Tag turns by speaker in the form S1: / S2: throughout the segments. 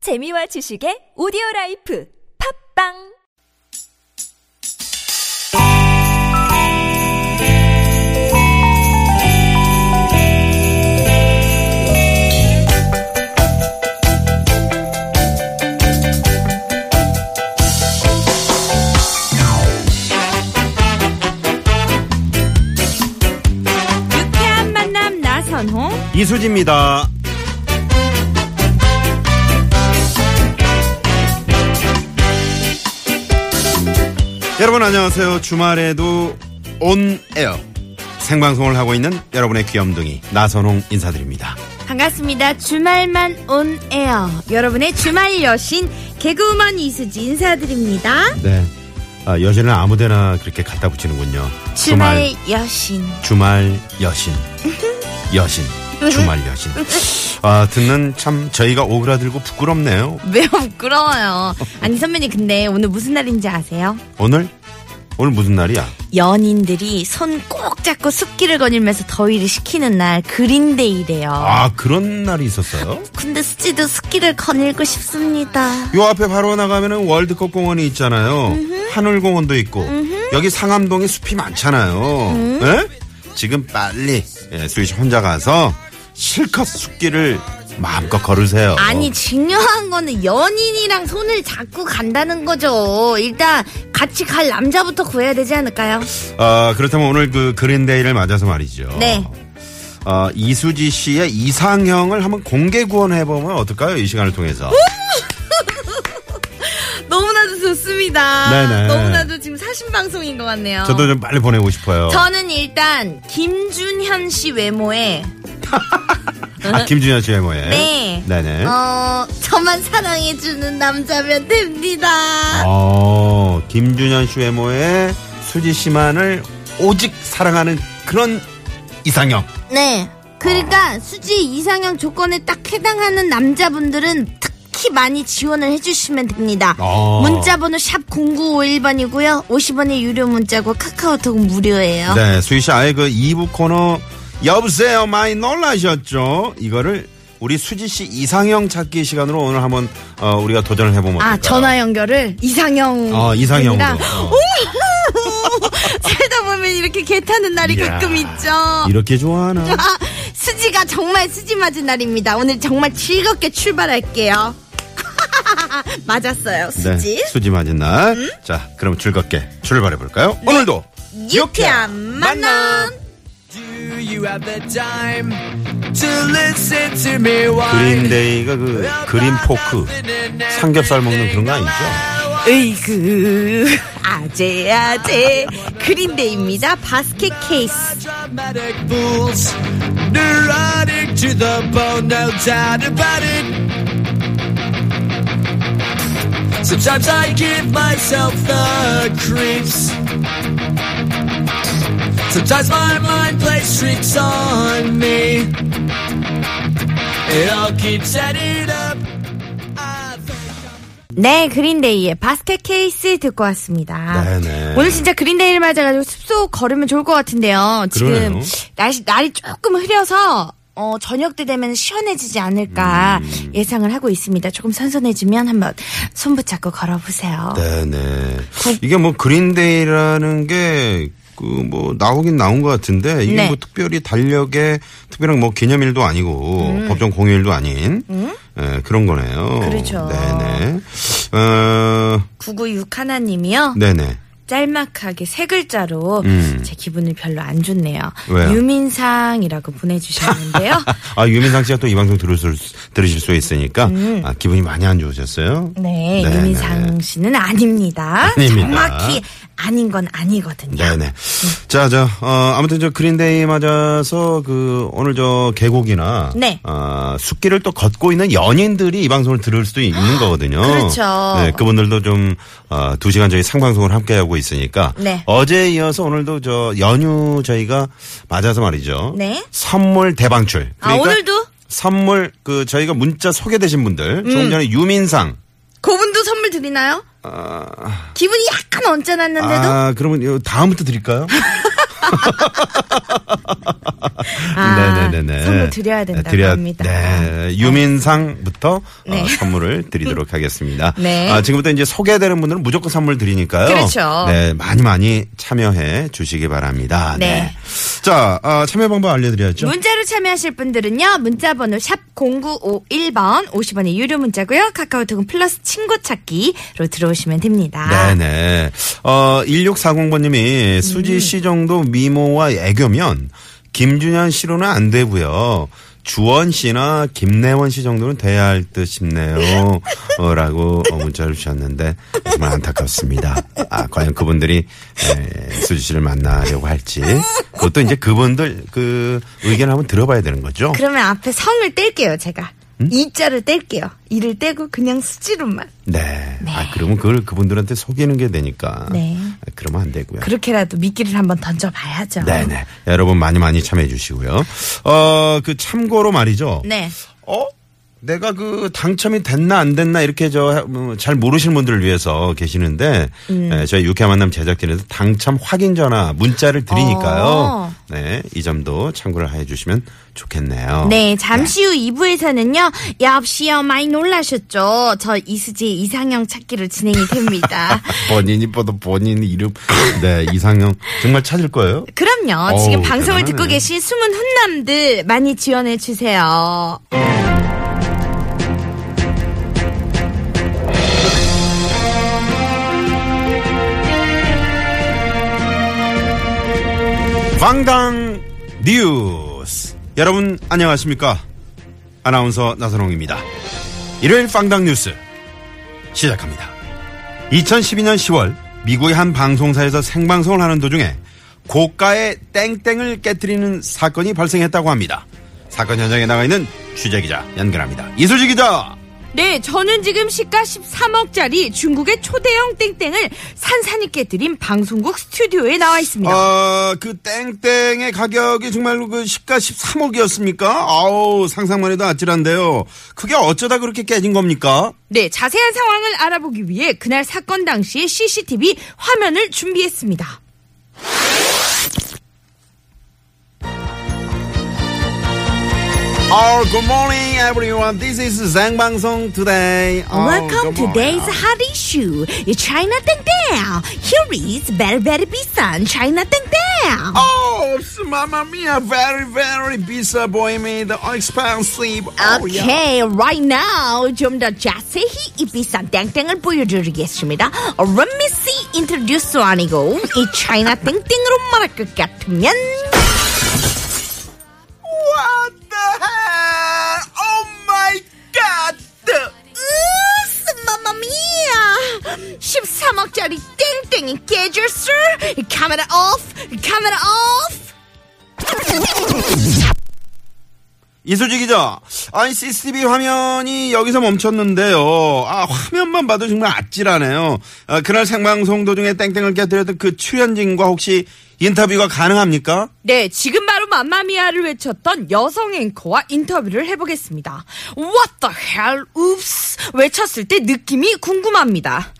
S1: 재미와 지식의 오디오 라이프 팝빵
S2: 유쾌한 만남 나선홍
S3: 이수지입니다. 여러분 안녕하세요. 주말에도 온 에어 생방송을 하고 있는 여러분의 귀염둥이 나선홍 인사드립니다.
S2: 반갑습니다 주말만 온 에어 여러분의 주말 여신 개그우먼 이수지 인사드립니다
S3: 네. 아, 여신은 아무데나 그렇게 갖다 붙이는군요.
S2: 주말 여신
S3: 주말 여신. 여신. 주말 여신. 아, 듣는 참 저희가 오그라들고 부끄럽네요.
S2: 매우 부끄러워요 아니 선배님 근데 오늘 무슨 날인지 아세요?
S3: 오늘 오늘 무슨 날이야?
S2: 연인들이 손 꼭 잡고 숲길을 거닐면서 더위를 식히는 날 그린데이래요
S3: 아, 그런 날이 있었어요?
S2: 근데 수지도 숲길을 거닐고 싶습니다
S3: 요 앞에 바로 나가면은 월드컵 공원이 있잖아요. 하늘 공원도 있고 여기 상암동에 숲이 많잖아요. 예? 지금 빨리 예, 수희 씨 혼자 가서 실컷 숲길을 마음껏 걸으세요.
S2: 아니 중요한 거는 연인이랑 손을 잡고 간다는 거죠. 일단 같이 갈 남자부터 구해야 되지 않을까요?
S3: 아, 그렇다면 오늘 그 그린데이를 맞아서 말이죠.
S2: 네.
S3: 아, 이수지 씨의 이상형을 한번 공개 구원해 보면 어떨까요? 이 시간을 통해서.
S2: 너무나도 좋습니다.
S3: 네네.
S2: 너무나도 지금 사신 방송인 것 같네요.
S3: 저도 좀 빨리 보내고 싶어요.
S2: 저는 일단 김준현 씨 외모에
S3: 아, 김준현 씨의 뭐예요?
S2: 네.
S3: 네네.
S2: 어 저만 사랑해 주는 남자면 됩니다.
S3: 어, 김준현 씨 외모에 수지 씨만을 오직 사랑하는 그런 이상형.
S2: 네. 그러니까 수지 이상형 조건에 딱 해당하는 남자분들은 특히 많이 지원을 해주시면 됩니다.
S3: 어.
S2: 문자번호 샵 0951번이고요. 50원의 유료 문자고 카카오톡은 무료예요.
S3: 네, 수지 씨 아예 그 2부 코너 여보세요 많이 놀라셨죠? 이거를 우리 수지 씨 이상형 찾기 시간으로 오늘 한번 어, 우리가 도전을 해보면
S2: 아
S3: 어떨까요?
S2: 전화 연결을 이상형
S3: 어, 이상형으로. 어.
S2: 살다 보면 이렇게 개 타는 날이
S3: 이야,
S2: 가끔 있죠.
S3: 이렇게 좋아하나?
S2: 아, 수지가 정말 수지 맞은 날입니다. 오늘 정말 즐겁게 출발할게요. 맞았어요,
S3: 네,
S2: 수지. 음?
S3: 수지 맞은 날. 자, 그럼 즐겁게 출발해 볼까요? 오늘도
S2: 네. 유쾌한 만남.
S4: Do you have the time to listen to me whine
S3: 그린데이가 그 그린
S4: about
S3: 포크
S4: nothing and everything
S3: 삼겹살 먹는 그런 거 아니죠?
S4: I
S2: 으이그 아재 아재 그린데이입니다 바스켓 케이스
S4: dramatic fools, neurotic to the bone, no doubt about it. Sometimes I give myself the creeps. Sometimes my mind plays tricks on me. It all keeps adding up. I think
S2: 네 그린데이의 바스켓 케이스 듣고 왔습니다
S3: 네네.
S2: 오늘 진짜 그린데이를 맞아가지고 숲속 걸으면 좋을 것 같은데요 지금
S3: 그러네요.
S2: 날씨, 날이 조금 흐려서 어, 저녁 때 되면 시원해지지 않을까
S3: 음.
S2: 예상을 하고 있습니다 조금 선선해지면 한번 손 붙잡고 걸어보세요
S3: 네네. 이게 뭐 그린데이라는 게 그 뭐 나오긴 나온 것 같은데 이게
S2: 네.
S3: 뭐 특별히 달력에 특별한 뭐 기념일도 아니고 법정 공휴일도 아닌 예, 그런 거네요.
S2: 음. 그렇죠.
S3: 네네. 어,
S2: 996 하나님이요
S3: 네네.
S2: 짤막하게 세 글자로
S3: 음.
S2: 제 기분을 별로 안 좋네요.
S3: 왜요?
S2: 유민상이라고 보내주셨는데요.
S3: 아 유민상 씨가 또 이 방송 들으실 수, 들으실 수 있으니까 아, 기분이 많이 안 좋으셨어요?
S2: 음. 네,
S3: 네네.
S2: 유민상 씨는 아닙니다.
S3: 아닙니다.
S2: 정확히 아닌 건 아니거든요.
S3: 네네. 자, 저, 어, 아무튼 저 그린데이 맞아서 그 오늘 저 계곡이나.
S2: 네.
S3: 아, 숲길을 또 걷고 있는 연인들이 이 방송을 들을 수도 있는 거거든요.
S2: 아, 그렇죠.
S3: 네. 그분들도 좀, 어, 두 시간 저희 생방송을 함께하고 있으니까.
S2: 네.
S3: 어제에 이어서 오늘도 저 연휴 저희가 맞아서 말이죠.
S2: 네.
S3: 선물 대방출. 그러니까
S2: 아, 오늘도?
S3: 선물 그 저희가 문자 소개되신
S2: 음.
S3: 분들. 조금 전에 유민상.
S2: 그분도 선물 드리나요?
S3: 아,
S2: 기분이 약간 언짢았는데도
S3: 아, 그러면 이거 다음부터 드릴까요?
S2: 아,
S3: 네네네네.
S2: 선물 드려야 된다고
S3: 드려-
S2: 합니다.
S3: 네. 유민상부터
S2: 네.
S3: 어, 선물을 드리도록 하겠습니다.
S2: 네.
S3: 아, 지금부터 이제 소개되는 분들은 무조건 선물 드리니까요.
S2: 그렇죠.
S3: 네. 많이 많이 참여해 주시기 바랍니다.
S2: 네.
S3: 자, 아, 참여 방법 알려드려야죠.
S2: 문자로 참여하실 분들은요. 문자 번호 샵 0951번 50원의 유료 문자고요. 카카오톡은 플러스 친구 찾기로 들어오시면 됩니다.
S3: 네네. 어, 1640번님이 수지 씨 정도 미모와 애교면 김준현 씨로는 안 되고요. 주원 씨나 김내원 씨 정도는 돼야 할 듯 싶네요. 어, 라고 어, 문자를 주셨는데 정말 안타깝습니다. 아, 과연 그분들이 에, 수지 씨를 만나려고 할지 그것도 이제 그분들 그 의견을 한번 들어봐야 되는 거죠.
S2: 그러면 앞에 성을 뗄게요, 제가.
S3: 음?
S2: 이자를 뗄게요. 이를 떼고 그냥 수지로만.
S3: 네. 아, 그러면 그걸 그분들한테 속이는 게 되니까
S2: 네.
S3: 그러면 안 되고요.
S2: 그렇게라도 미끼를 한번 던져봐야죠.
S3: 네네. 여러분 많이 많이 참여해 주시고요. 어, 그 참고로 말이죠.
S2: 네.
S3: 어? 내가 그 당첨이 됐나 안 됐나 이렇게 저뭐 잘 모르시는 분들을 위해서 계시는데
S2: 음.
S3: 예, 저희 유쾌한 만남 제작진에서 당첨 확인 전화 문자를 드리니까요.
S2: 어.
S3: 네. 이 점도 참고를 해 주시면 좋겠네요.
S2: 네, 잠시 후 2부에서는요, 역시요, 많이 놀라셨죠? 저 이수지의 이상형 찾기로 진행이 됩니다.
S3: 아, 본인이 봐도 본인 이름 네, 이상형 정말 찾을 거예요.
S2: 그럼요,
S3: 어우,
S2: 지금 방송을
S3: 대단하네.
S2: 듣고 계신 숨은 훈남들 많이 지원해주세요.
S3: 방당 뉴스 여러분 안녕하십니까 아나운서 나선홍입니다 일요일 방당 뉴스 시작합니다 2012년 10월 미국의 한 방송사에서 생방송을 하는 도중에 고가의 땡땡을 깨뜨리는 사건이 발생했다고 합니다 사건 현장에 나가 있는 취재기자 연결합니다 이수지 기자
S2: 네, 저는 지금 시가 13억짜리 중국의 초대형 땡땡을 산산이 깨뜨린 방송국 스튜디오에 나와 있습니다.
S3: 어, 아그 땡땡의 가격이 정말 그 시가 13억이었습니까 아우 상상만 해도 아찔한데요 그게 어쩌다 그렇게 깨진 겁니까
S2: 네, 자세한 상황을 알아보기 위해 그날 사건 당시의 CCTV 화면을 준비했습니다.
S3: Oh, good morning, everyone. This is 생방송 today. Oh,
S2: Welcome
S3: good
S2: to
S3: morning.
S2: today's hot issue. China 땡땡. Here is very very 비싼 China 땡땡.
S3: Oh, it's Mamma Mia, very, very busy boy made expensive. Oh, yeah.
S2: Okay, right now 좀 더 자세히 이 비싼 땡땡을 보여드리겠습니다. Let me see introduce 아니고 이 China 땡땡으로 말할 것 같으면
S3: What the hell? Oh my god!
S2: 으스 마마미야 13억짜리 땡땡이 깨질 술 카메라 오프 카메라 오프
S3: 이수지 기자, 아니 CCTV 화면이 여기서 멈췄는데요. 아 화면만 봐도 정말 아찔하네요. 아, 그날 생방송 도중에 땡땡을 깨뜨렸던 그 출연진과 혹시 인터뷰가 가능합니까?
S2: 네, 지금 바로 맘마미아를 외쳤던 여성 앵커와 인터뷰를 해보겠습니다. What the hell, oops! 외쳤을 때 느낌이 궁금합니다.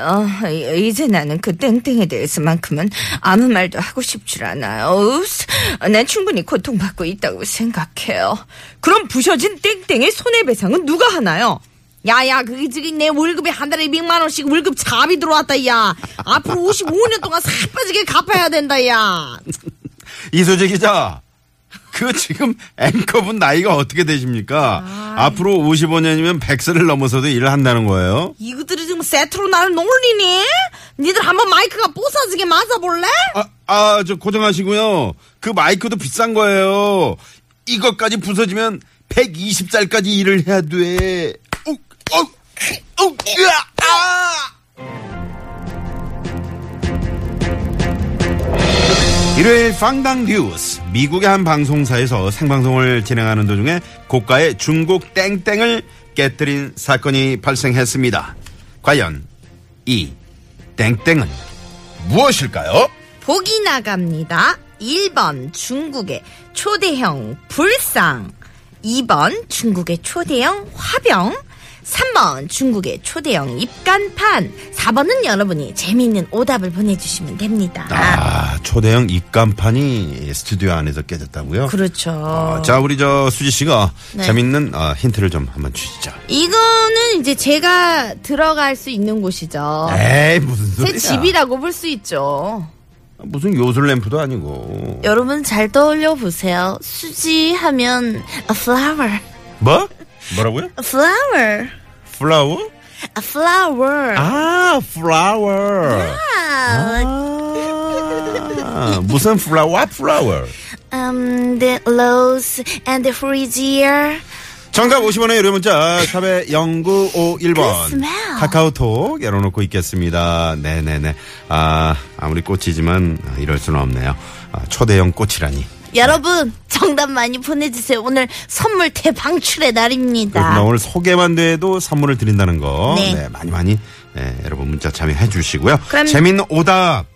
S2: 어, 이- 이제 나는 그 땡땡에 대해서만큼은 아무 말도 하고 싶질 않아요. Oops! 난 충분히 고통받고 있다고 생각해요. 그럼 부셔진 땡땡의 손해배상은 누가 하나요? 야야 그게 지금 내 월급이 한 달에 200만 원씩 월급 잡이 들어왔다 야 앞으로 55년 동안 살 빠지게 갚아야 된다 야
S3: 이소재 기자, 그 지금 앵커분 나이가 어떻게 되십니까? 앞으로 55년이면 100세를 넘어서도 일을 한다는 거예요?
S2: 이것들이 지금 세트로 나를 놀리니? 니들 한번 마이크가 부서지게 맞아볼래?
S3: 아, 아, 저 고정하시고요. 그 마이크도 비싼 거예요. 이것까지 부서지면 120살까지 일을 해야 돼. 욱, 욱, 욱, 으아, 아! 일요일 빵당 뉴스 미국의 한 방송사에서 생방송을 진행하는 도중에 고가의 중국 땡땡을 깨뜨린 사건이 발생했습니다. 과연 이 땡땡은 무엇일까요?
S2: 보기 나갑니다. 1번 중국의 초대형 불상, 2번 중국의 초대형 화병, 3번 중국의 초대형 입간판 4번은 여러분이 재미있는 오답을 보내주시면 됩니다
S3: 아, 초대형 입간판이 스튜디오 안에서 깨졌다고요?
S2: 그렇죠
S3: 어, 자, 우리 저 수지 씨가
S2: 네.
S3: 재밌는 어, 힌트를 좀 한번 주시죠.
S2: 이거는 이제 제가 들어갈 수 있는 곳이죠
S3: 에이, 무슨 소리야.
S2: 제 집이라고 볼 수 있죠
S3: 무슨 요술램프도 아니고.
S2: 여러분 잘 떠올려 보세요 수지 하면 a flower
S3: 뭐? 뭐라고요?
S2: a flower
S3: 플라워?
S2: a flower 아,
S3: 아, 플라워. 아, 무슨 플라워? 플라워.
S2: Um, the rose and the freezer.
S3: 정답 50원의 유료 문자 샵의 0951번
S2: smell.
S3: 카카오톡 열어놓고 있겠습니다. 네네네. 아 아무리 꽃이지만 아, 이럴 수는 없네요. 아, 초대형 꽃이라니.
S2: 여러분 정답 많이 보내주세요. 오늘 선물 대방출의
S3: 그렇구나.
S2: 날입니다.
S3: 오늘 소개만 돼도 선물을 드린다는 거.
S2: 네.
S3: 네. 많이 많이 네, 여러분 문자 참여해 주시고요.
S2: 그럼-
S3: 재밌는 오답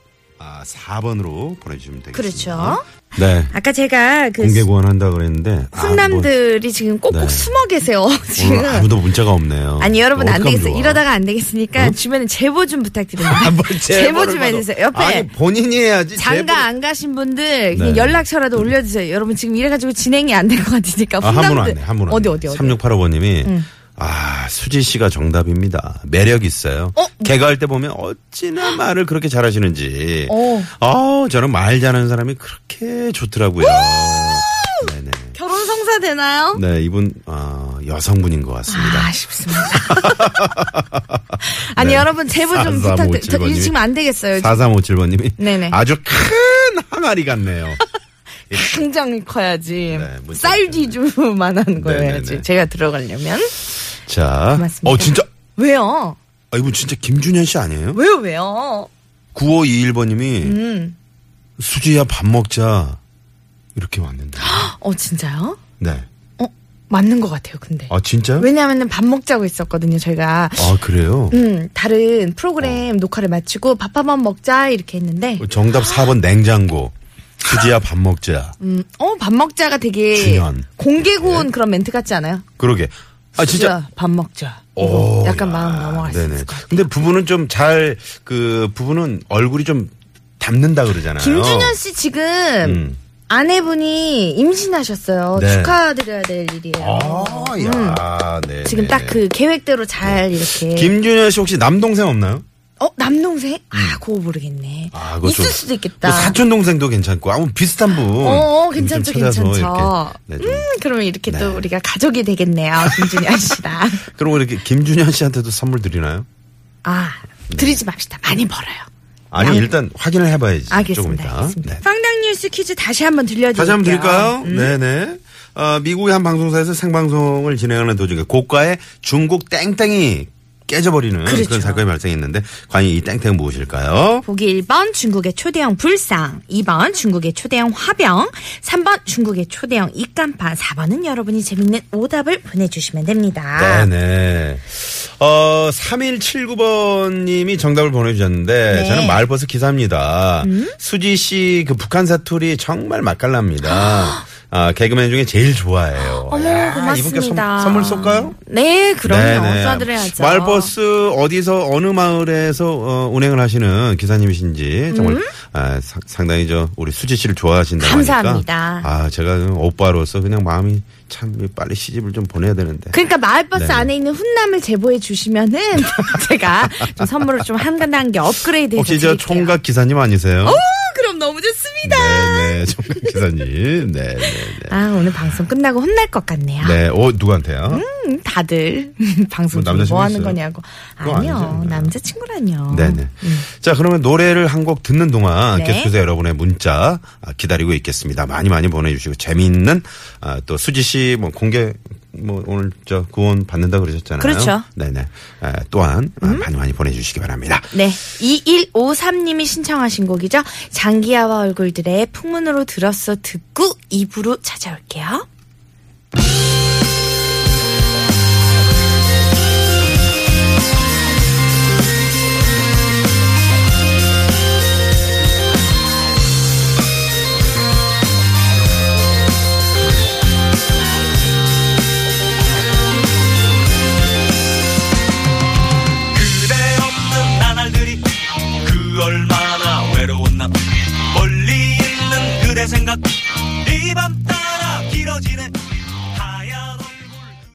S3: 아, 4번으로 보내주시면 되겠습니다.
S2: 그렇죠.
S3: 네.
S2: 아까 제가 그
S3: 공개 구원한다 그랬는데 아, 뭐,
S2: 훈남들이 지금 꼭꼭
S3: 네.
S2: 숨어 계세요. 지금.
S3: 오늘 아무도 문자가 없네요.
S2: 아니 여러분 안
S3: 어떡하면
S2: 되겠어요.
S3: 좋아. 어? 아, 뭐.
S2: 이러다가 안 되겠으니까 주변에 제보 좀 부탁드립니다.
S3: 뭘
S2: 제보
S3: 제보를
S2: 좀
S3: 받아.
S2: 해주세요. 옆에
S3: 아니 본인이 해야지
S2: 장가
S3: 제보를-
S2: 안 가신 분들 그냥
S3: 네.
S2: 연락처라도 올려주세요. 여러분 지금 이래가지고 진행이 안 될 것 같으니까
S3: 아, 한분
S2: 훈남들
S3: 왔네, 한분 왔네.
S2: 어디 어디 어디
S3: 3685번님이, 아, 수지 씨가 정답입니다. 매력 있어요. 개그할 때 보면 어찌나 말을 그렇게 잘하시는지.
S2: 어.
S3: 아 저는 말 잘하는 사람이 그렇게 좋더라고요. 네네.
S2: 결혼 성사 되나요?
S3: 네, 이분, 아, 여성분인 것 같습니다.
S2: 아쉽습니다. 아니
S3: 네.
S2: 여러분 제보 좀 부탁드려요.
S3: 4357번님이.
S2: 지금 안 되겠어요.
S3: 4357번님이.
S2: 네네.
S3: 아주 큰 항아리 같네요.
S2: 굉장히 커야지.
S3: 네, 문자
S2: 쌀디 주만한 거
S3: 네네네.
S2: 해야지. 제가 들어가려면
S3: 자.
S2: 고맙습니다.
S3: 어, 진짜.
S2: 왜요?
S3: 아, 이분 진짜 김준현 씨 아니에요?
S2: 왜요 왜요?
S3: 9521번님이,
S2: 음.
S3: 수지야 밥 먹자. 이렇게 왔는데.
S2: 어 진짜요?
S3: 네.
S2: 어 맞는 것 같아요. 근데
S3: 아 진짜요?
S2: 왜냐하면 밥 먹자고 있었거든요. 저희가
S3: 아 그래요?
S2: 음 다른
S3: 어.
S2: 프로그램 녹화를 마치고 밥 한번 먹자 이렇게 했는데
S3: 정답 4번 냉장고. 수지야 밥 먹자.
S2: 어 밥 먹자가 되게
S3: 중요한.
S2: 공개고온 그런 멘트 같지 않아요?
S3: 그러게. 아 진짜.
S2: 진짜 밥 먹자.
S3: 오,
S2: 약간
S3: 야.
S2: 마음 넘어갈 수
S3: 네네.
S2: 있을 것 같아요.
S3: 근데 부부는 좀 잘 그 부부는 얼굴이 좀 담는다 그러잖아요.
S2: 김준현 씨 지금
S3: 어. 음.
S2: 아내분이 임신하셨어요.
S3: 네.
S2: 축하드려야 될 일이에요.
S3: 아, 야, 네.
S2: 지금 딱 그 계획대로 잘 이렇게.
S3: 김준현 씨 혹시 남동생 없나요?
S2: 어 남동생? 아 그거 모르겠네.
S3: 음. 아, 그거
S2: 있을
S3: 좀-
S2: 수도 있겠다.
S3: 뭐 사촌 동생도 괜찮고 아무 비슷한 분.
S2: 어, 어,
S3: 좀
S2: 괜찮죠,
S3: 찾아서
S2: 괜찮죠.
S3: 이렇게, 네, 좀.
S2: 음, 그러면 이렇게
S3: 네.
S2: 또 우리가 가족이 되겠네요, 김준현 씨랑.
S3: 그럼 이렇게 김준현 씨한테도 선물 드리나요?
S2: 아, 드리지 맙시다. 많이 벌어요.
S3: 아니 면 일단 확인을 해봐야지. 조금
S2: 알겠습니다.
S3: 이따.
S2: 알겠습니다.
S3: 네.
S2: 빵당뉴스 퀴즈 다시 한번 들려드릴게요. 음.
S3: 다시 한번 드릴까요? 네네. 어, 미국의 한 방송사에서 생방송을 진행하는 도중에 고가의 중국 땡땡이 깨져버리는 그런
S2: 그렇죠.
S3: 사건이 발생했는데 과연 이 땡땡은 무엇일까요?
S2: 보기 1번 중국의 초대형 불상, 2번 중국의 초대형 화병, 3번 중국의 초대형 입간판, 4번은 여러분이 재밌는 오답을 보내주시면 됩니다.
S3: 네네. 어, 3179번님이 정답을 보내주셨는데,
S2: 네. 음?
S3: 저는 마을버스 기사입니다. 수지 씨 그 북한 사투리 정말 맛깔납니다. 아, 개그맨 중에 제일 좋아해요.
S2: 어머,
S3: 야,
S2: 고맙습니다.
S3: 이분께 선- 선물 쏠까요?
S2: 네, 그럼요.
S3: 네네.
S2: 쏴드려야죠.
S3: 마을버스 어디서 어느 마을에서 어, 운행을 하시는 기사님이신지 정말
S2: 음?
S3: 아, 사- 상당히 저 우리 수지 씨를 좋아하신다고
S2: 감사합니다.
S3: 하니까 아 제가 오빠로서 그냥 마음이 참 빨리 시집을 좀 보내야 되는데
S2: 그러니까 마을버스
S3: 네.
S2: 안에 있는 훈남을 제보해 주시면은 제가 좀 선물을 좀 한 단계 업그레이드해서
S3: 혹시 저
S2: 예, 드릴게요.
S3: 총각 기사님 아니세요?
S2: 어, 아. 그럼 너무 좋습니다.
S3: 네네 총각 기사님 네네네
S2: 아 오늘 방송 끝나고 혼날 것 같네요.
S3: 네, 어, 누구한테요?
S2: 아. 음, 다들 방송
S3: 뭐
S2: 중에
S3: 남자친구
S2: 뭐 하는
S3: 있어요?
S2: 거냐고.
S3: 그거
S2: 아니요
S3: 아니잖아요.
S2: 남자친구라뇨.
S3: 네네. 자, 그러면 노래를 한 곡 듣는 동안
S2: 음. 네.
S3: 계속해서 여러분의 문자 아, 기다리고 있겠습니다. 많이 많이 보내주시고 재미있는 아, 또 수지 씨 뭐 공개 뭐 오늘 저 구원 받는다 그러셨잖아요.
S2: 그렇죠. 음.
S3: 네네. 아, 또한 아, 많이 많이 보내주시기 바랍니다.
S2: 네. 2153님이 신청하신 곡이죠. 장기하와 얼굴들의 풍문으로 들었어 듣고 입으로 찾아올게요.